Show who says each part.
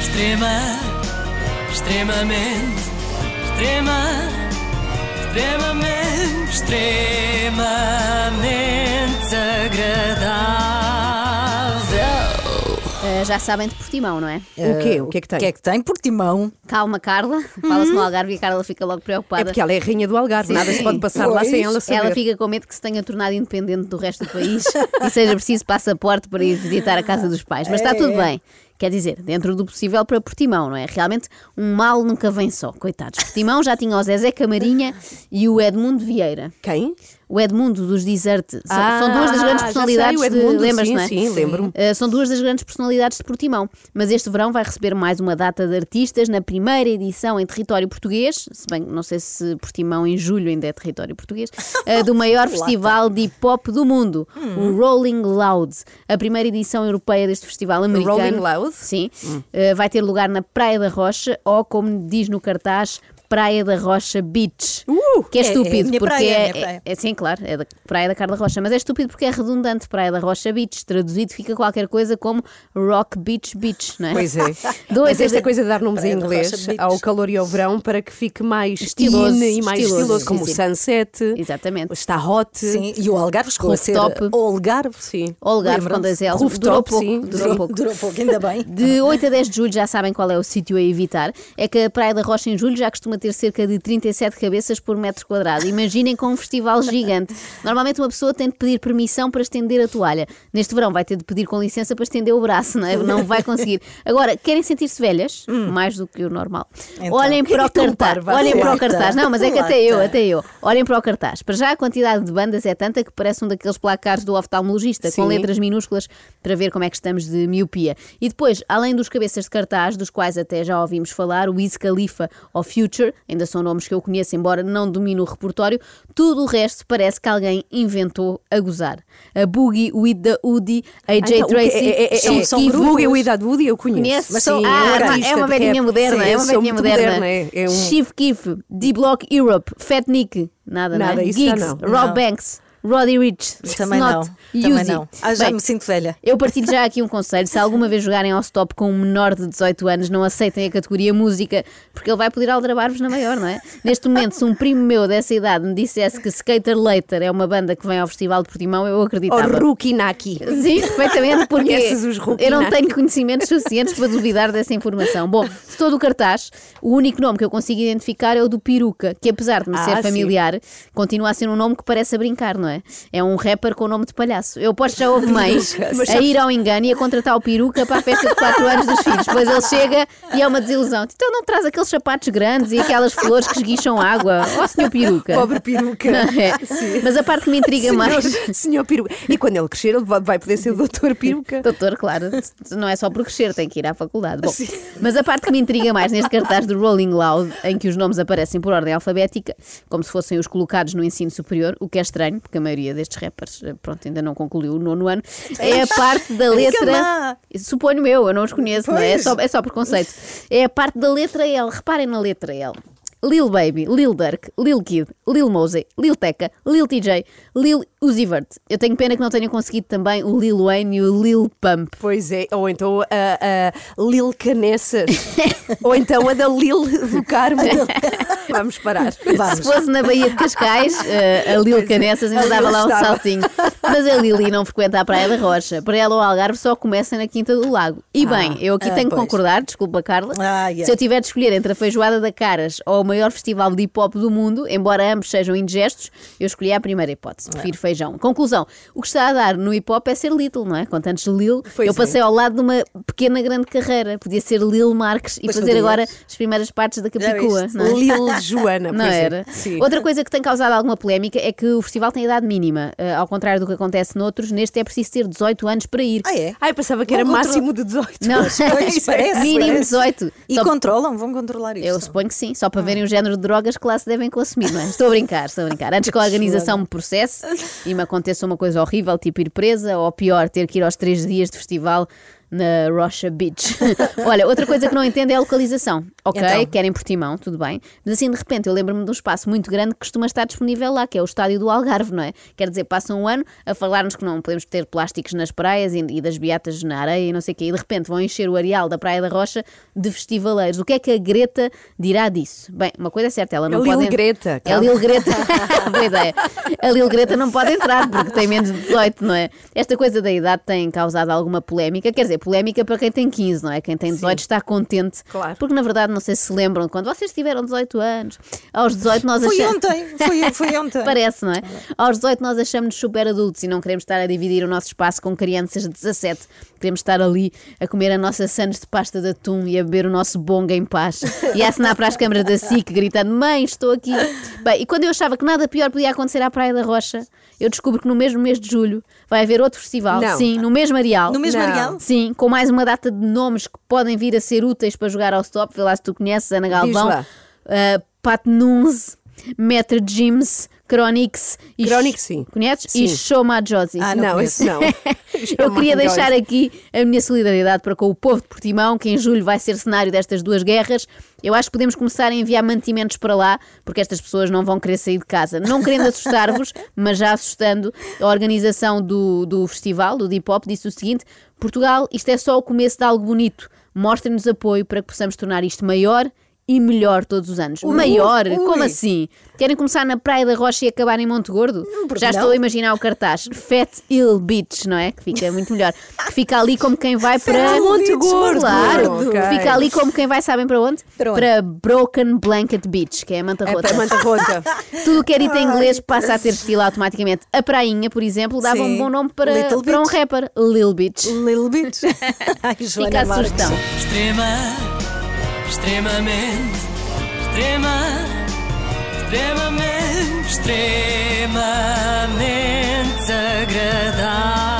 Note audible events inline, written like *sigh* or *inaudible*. Speaker 1: Extrema, extremamente, extrema, extremamente, extremamente agradável.
Speaker 2: Ah, já sabem de Portimão, não é?
Speaker 3: O quê? O que é que tem?
Speaker 4: O que é que tem? Portimão.
Speaker 2: Calma, Carla. *laughs* Fala-se no Algarve e a Carla fica logo
Speaker 3: Uhum. É
Speaker 2: preocupada.
Speaker 3: porque ela é a rainha do Algarve, nada se pode passar lá
Speaker 4: Pois.
Speaker 3: sem ela saber.
Speaker 2: Ela fica com medo que se tenha tornado independente do resto do país *laughs* e seja preciso passaporte para ir visitar a casa dos pais. Mas
Speaker 3: É.
Speaker 2: está tudo bem. Quer dizer, dentro do possível para Portimão, não é? Realmente, um mal nunca vem só. Coitados. Portimão já tinha o Zezé Camarinha e o Edmundo Vieira.
Speaker 3: Quem?
Speaker 2: O Edmundo dos Desert. São, são duas das grandes
Speaker 3: Ah, já
Speaker 2: personalidades.
Speaker 3: sei, o Edmundo,
Speaker 2: de, lembras,
Speaker 3: sim,
Speaker 2: não é?
Speaker 3: sim, lembro-me.
Speaker 2: Uh, são duas das grandes personalidades de Portimão, mas este verão vai receber mais uma data de artistas na primeira edição em território português, se bem que não sei se Portimão em julho ainda é território
Speaker 3: *laughs*
Speaker 2: português, uh, do maior festival de hip hop do mundo,
Speaker 3: Hum.
Speaker 2: o Rolling Loud. A primeira edição europeia deste festival americano.
Speaker 3: Rolling Loud? Hum.
Speaker 2: Sim. Uh, vai ter lugar na Praia da Rocha, ou como diz no cartaz, Praia da Rocha Beach.
Speaker 3: Uh,
Speaker 2: que é
Speaker 4: é- é a
Speaker 2: estúpido,
Speaker 4: minha
Speaker 2: porque
Speaker 4: praia, é a
Speaker 2: é,
Speaker 4: minha praia.
Speaker 2: é- é- sim, claro, é da Praia da Carla Rocha, mas é estúpido porque é redundante Praia da Rocha Beach. Traduzido fica qualquer coisa como Rock Beach Beach, não é?
Speaker 3: *laughs* Pois é.
Speaker 2: *laughs* Dois
Speaker 3: Mas esta
Speaker 2: desde-
Speaker 3: coisa de dar nomes em
Speaker 4: Praia da
Speaker 3: inglês
Speaker 4: Rocha Beach.
Speaker 3: ao calor e ao verão para que fique mais
Speaker 2: Estiloso,
Speaker 3: in e mais
Speaker 2: estiloso,
Speaker 3: estiloso,
Speaker 2: sim,
Speaker 3: como
Speaker 2: sim.
Speaker 3: o Sunset,
Speaker 2: Exatamente.
Speaker 3: o está hot. Ah,
Speaker 4: Sim, e o Algarve chegou a ser
Speaker 2: Rooftop.
Speaker 4: Algarve.
Speaker 3: Sim.
Speaker 2: Olgar, com
Speaker 4: Lembram-se?
Speaker 2: dois L's. Durou
Speaker 3: Rooftop,
Speaker 2: pouco,
Speaker 3: sim.
Speaker 2: durou pouco.
Speaker 4: Durou pouco, ainda bem.
Speaker 2: De 8 a 10 de julho já sabem qual é o sítio a evitar. É que a Praia da Rocha em julho já costuma ter cerca de 37 cabeças por metro quadrado. Imaginem com um festival gigante. Normalmente uma pessoa tem de pedir permissão para estender a toalha. Neste verão vai ter de pedir com licença para estender o braço, não, é? não vai conseguir. Agora, querem sentir-se velhas? Mais do que o normal.
Speaker 4: Então,
Speaker 2: olhem
Speaker 4: que é
Speaker 2: para o
Speaker 4: tão
Speaker 2: cartaz.
Speaker 4: parva?
Speaker 2: Olhem para o
Speaker 4: Lata.
Speaker 2: cartaz. Não, mas é que até eu,
Speaker 4: Lata.
Speaker 2: até eu. Olhem para o cartaz. Para já a quantidade de bandas é tanta que parece um daqueles placares do oftalmologista, com
Speaker 3: Sim.
Speaker 2: letras letras minúsculas para ver como é que estamos de miopia. E depois, além dos cabeças de cartaz, dos quais até já ouvimos falar, o Wiz Khalifa ou Future, ainda são nomes que eu conheço, embora não domine o repertório, tudo o resto parece que alguém inventou a gozar. A Boogie with the Woody, AJ
Speaker 3: Ah, então, o que-
Speaker 2: Tracy,
Speaker 3: é, é, é,
Speaker 2: Chic
Speaker 3: é, são
Speaker 2: e
Speaker 3: grupos. Boogie
Speaker 2: Voodoo.
Speaker 3: Woody Dad Woody eu conheço.
Speaker 2: Conhece?
Speaker 3: Mas
Speaker 2: São-
Speaker 3: sim,
Speaker 2: Ah,
Speaker 3: é um
Speaker 2: é uma-
Speaker 3: artista
Speaker 2: é uma
Speaker 3: de
Speaker 2: velhinha
Speaker 3: rap.
Speaker 2: moderna,
Speaker 3: Sim,
Speaker 2: é uma
Speaker 3: eu sou
Speaker 2: velhinha
Speaker 3: muito
Speaker 2: moderna.
Speaker 3: é, é um...
Speaker 2: Chief Keef, D-Block Europe, Fat Nick, nada,
Speaker 3: Nada,
Speaker 2: não é?
Speaker 3: isso já
Speaker 2: Giggs,
Speaker 3: não.
Speaker 2: Rob Banks, Roddy Rich,
Speaker 4: Também não.
Speaker 2: Snot,
Speaker 4: Também
Speaker 2: Uzi.
Speaker 4: não. Ah, já
Speaker 2: Bem,
Speaker 4: me sinto velha.
Speaker 2: eu partilho já aqui um conselho: se alguma vez jogarem ao stop com um menor de 18 anos, não aceitem a categoria música, porque ele vai poder aldrabar-vos na maior, não é? Neste momento, se um primo meu dessa idade me dissesse que Skater Later é uma banda que vem ao Festival de Portimão, eu
Speaker 3: Ou
Speaker 2: acreditava.
Speaker 3: Rukinaki.
Speaker 2: Sim, perfeitamente, porque
Speaker 3: Conheces os
Speaker 2: eu não
Speaker 3: Rukinaki?
Speaker 2: tenho conhecimentos suficientes para duvidar dessa informação.
Speaker 3: *laughs*
Speaker 2: Bom, de todo o cartaz, o único nome que eu consigo identificar é o do Peruca, que apesar de me
Speaker 3: Ah,
Speaker 2: ser
Speaker 3: sim.
Speaker 2: familiar, continua a ser um nome que parece a brincar, não é? É um rapper com o nome de palhaço. Eu aposto que já houve mais a ir ao engano e a contratar o Peruca para a festa de 4 anos dos filhos. Depois ele chega e é uma desilusão. Então não traz aqueles sapatos grandes e aquelas flores que esguicham água. Ó, senhor Peruca.
Speaker 3: Pobre peruca.
Speaker 2: Não é? Mas a parte que me intriga mais.
Speaker 3: Senhor, *laughs* senhor peruca. E quando ele crescer, ele vai vai poder ser o doutor peruca.
Speaker 2: *laughs* Doutor, claro, não é só por crescer, tem que ir à faculdade. Bom, mas a parte que me intriga mais neste cartaz do Rolling Loud, em que os nomes aparecem por ordem alfabética, como se fossem os colocados no ensino superior, o que é estranho, porque a maioria destes rappers, eh, pronto, ainda não concluiu o nono ano, é a parte da letra.
Speaker 4: má.
Speaker 2: Suponho eu, eu não os conheço, não é? É
Speaker 4: Pois.
Speaker 2: só, é só preconceito. É a parte da letra L, reparem na letra L. Lil Baby, Lil Durk, Lil Kid, Lil Mosey, Lil Teca, Lil TJ, Lil Uzi Vert. Eu tenho pena que não tenham conseguido também o Lil Wayne e o Lil Pump.
Speaker 3: Pois é, ou então a, a Lil
Speaker 2: *laughs*
Speaker 3: Canessas, ou então a da Lil do Carmo. Vamos parar.
Speaker 2: Se fosse na Baía de Cascais, *laughs* eh, a Lil
Speaker 4: é.
Speaker 2: Canessas ainda
Speaker 3: a
Speaker 2: dava
Speaker 3: Lil
Speaker 2: lá um
Speaker 3: estava.
Speaker 2: saltinho. Mas a Lili não frequenta a Praia da Rocha. Para ela, o Algarve só começa na Quinta do Lago. E bem, eu aqui
Speaker 4: ah,
Speaker 2: tenho que
Speaker 4: pois.
Speaker 2: concordar, desculpa, Carla.
Speaker 4: Ah, yeah.
Speaker 2: Se eu tiver de escolher entre a feijoada da Caras ou o maior festival de hip hop do mundo, embora ambos sejam indigestos, eu escolhi a primeira
Speaker 4: É.
Speaker 2: hipótese. Prefiro feijão. Conclusão: o que está a dar no hip hop é ser Little, não é? Com tantos Lil,
Speaker 3: Pois
Speaker 2: eu
Speaker 3: é.
Speaker 2: passei ao lado de uma pequena grande carreira. Podia ser Lil Marques e
Speaker 4: Pois
Speaker 2: fazer
Speaker 4: podias.
Speaker 2: agora as primeiras partes da
Speaker 4: Já
Speaker 2: Capicua.
Speaker 4: viste?
Speaker 2: Não é?
Speaker 3: Lil
Speaker 4: Ah,
Speaker 3: Joana,
Speaker 2: Não
Speaker 3: pois é.
Speaker 2: era.
Speaker 3: Sim.
Speaker 2: Outra coisa que tem causado alguma polémica é que o festival tem idade mínima. Eh, ao contrário do que acontece noutros, neste é preciso ter 18 anos para ir. *laughs*
Speaker 4: Ah, é?
Speaker 3: Ai, pensava que era
Speaker 4: Com controle.
Speaker 3: máximo de 18.
Speaker 2: Não, *laughs*
Speaker 4: Pois, parece,
Speaker 2: É, mínimo
Speaker 4: parece.
Speaker 2: 18.
Speaker 4: E Ah.
Speaker 2: Só-
Speaker 4: controlam, vão controlar isto.
Speaker 2: Eu suponho que sim, só para verem o género de drogas que lá se devem consumir, não é? Estou a brincar, estou a brincar. Antes que a organização me processe e me aconteça uma coisa horrível, tipo ir presa, ou pior, ter que ir aos *laughs* três dias de festival na Rocha Beach. Olha, outra coisa que não entendo é a localização. Ok,
Speaker 4: Então.
Speaker 2: querem Portimão, tudo bem. Mas assim, de repente, eu lembro-me de um espaço muito grande que costuma estar disponível lá, que é o estádio do Algarve, não é? Quer dizer, passa um ano a falar-nos que não podemos ter plásticos nas praias e, e das beatas na areia e não sei o quê. E de repente vão encher o areal da Praia da Rocha de festivaleiros. O que é que a Greta dirá disso? Bem, uma coisa é certa, ela não
Speaker 3: Lil
Speaker 2: pode...
Speaker 3: Greta,
Speaker 2: É a Lil Greta. *laughs* Boa ideia. A Lil Greta não pode entrar porque tem menos de 18, não é? Esta coisa da idade tem causado alguma polémica. Quer dizer, polémica para quem tem 15, não é? Quem tem 18 está contente.
Speaker 3: Claro.
Speaker 2: Porque na verdade, não sei se se lembram, quando vocês tiveram 18 anos, aos 18 nós
Speaker 4: Foi
Speaker 2: achamos.
Speaker 4: ontem, foi, foi
Speaker 2: *laughs*
Speaker 4: ontem.
Speaker 2: Parece, não é? Aos 18 nós achamos-nos super adultos e não queremos estar a dividir o nosso espaço com crianças de 17. Queremos estar ali a comer a nossa Santos de pasta de atum e a beber o nosso bonga em paz e a assinar para as câmaras da SIC gritando: Mãe, estou aqui. Bem, e quando eu achava que nada pior podia acontecer à Praia da Rocha, eu descubro que no mesmo mês de julho vai haver outro festival.
Speaker 3: Não.
Speaker 2: Sim, no mesmo areal.
Speaker 4: No mesmo
Speaker 3: Não.
Speaker 4: areal?
Speaker 2: Sim, com mais uma data de nomes que podem vir a ser úteis para jogar ao stop. Vê lá se tu conheces, Ana Galvão,
Speaker 3: lá.
Speaker 2: uh, Pat Nunes, Metro Jims, Chronix e
Speaker 3: Chronix, sim.
Speaker 2: Conheces? E
Speaker 3: Sim.
Speaker 2: Shoma Josie.
Speaker 4: Ah,
Speaker 3: não,
Speaker 4: conheço.
Speaker 3: isso não.
Speaker 2: *laughs*
Speaker 4: *laughs*
Speaker 3: é
Speaker 2: Eu queria deixar aqui a minha solidariedade para com o povo de Portimão, que em julho vai ser cenário destas duas guerras. Eu acho que podemos começar a enviar mantimentos para lá, porque estas pessoas não vão querer sair de casa. Não querendo
Speaker 4: *laughs*
Speaker 2: assustar-vos, mas já assustando, a organização do, do festival, do Deep Hop, disse o seguinte: Portugal, isto é só o começo de algo bonito. Mostrem-nos apoio para que possamos tornar isto maior. E melhor todos os anos. maior?
Speaker 4: ui.
Speaker 2: Como assim? Querem começar na Praia da Rocha e acabar em Monte Gordo?
Speaker 4: por que
Speaker 2: Já
Speaker 4: não?
Speaker 2: estou a imaginar o cartaz Fat Hill Beach, não é? Que fica muito melhor. Que fica ali como quem vai para.
Speaker 4: Hill Monte Beach, Gordo.
Speaker 2: Claro!
Speaker 3: Ok.
Speaker 2: Fica ali como quem vai, sabem para onde?
Speaker 4: Para onde?
Speaker 2: Broken Blanket Beach, que é a manta
Speaker 3: É
Speaker 2: rota.
Speaker 3: para manta rota.
Speaker 2: Tudo o que é dito em inglês passa a ter estilo automaticamente. A Prainha, por exemplo, dava um
Speaker 4: Sim.
Speaker 2: bom nome para,
Speaker 4: Little
Speaker 2: para um
Speaker 4: Beach.
Speaker 2: rapper, Lil Beach. *laughs*
Speaker 4: Little bit. Ai, Joana
Speaker 2: Fica a
Speaker 4: Marques.
Speaker 2: sugestão.
Speaker 1: Extrema, extremamente, extrema, extremamente, extremamente agradável.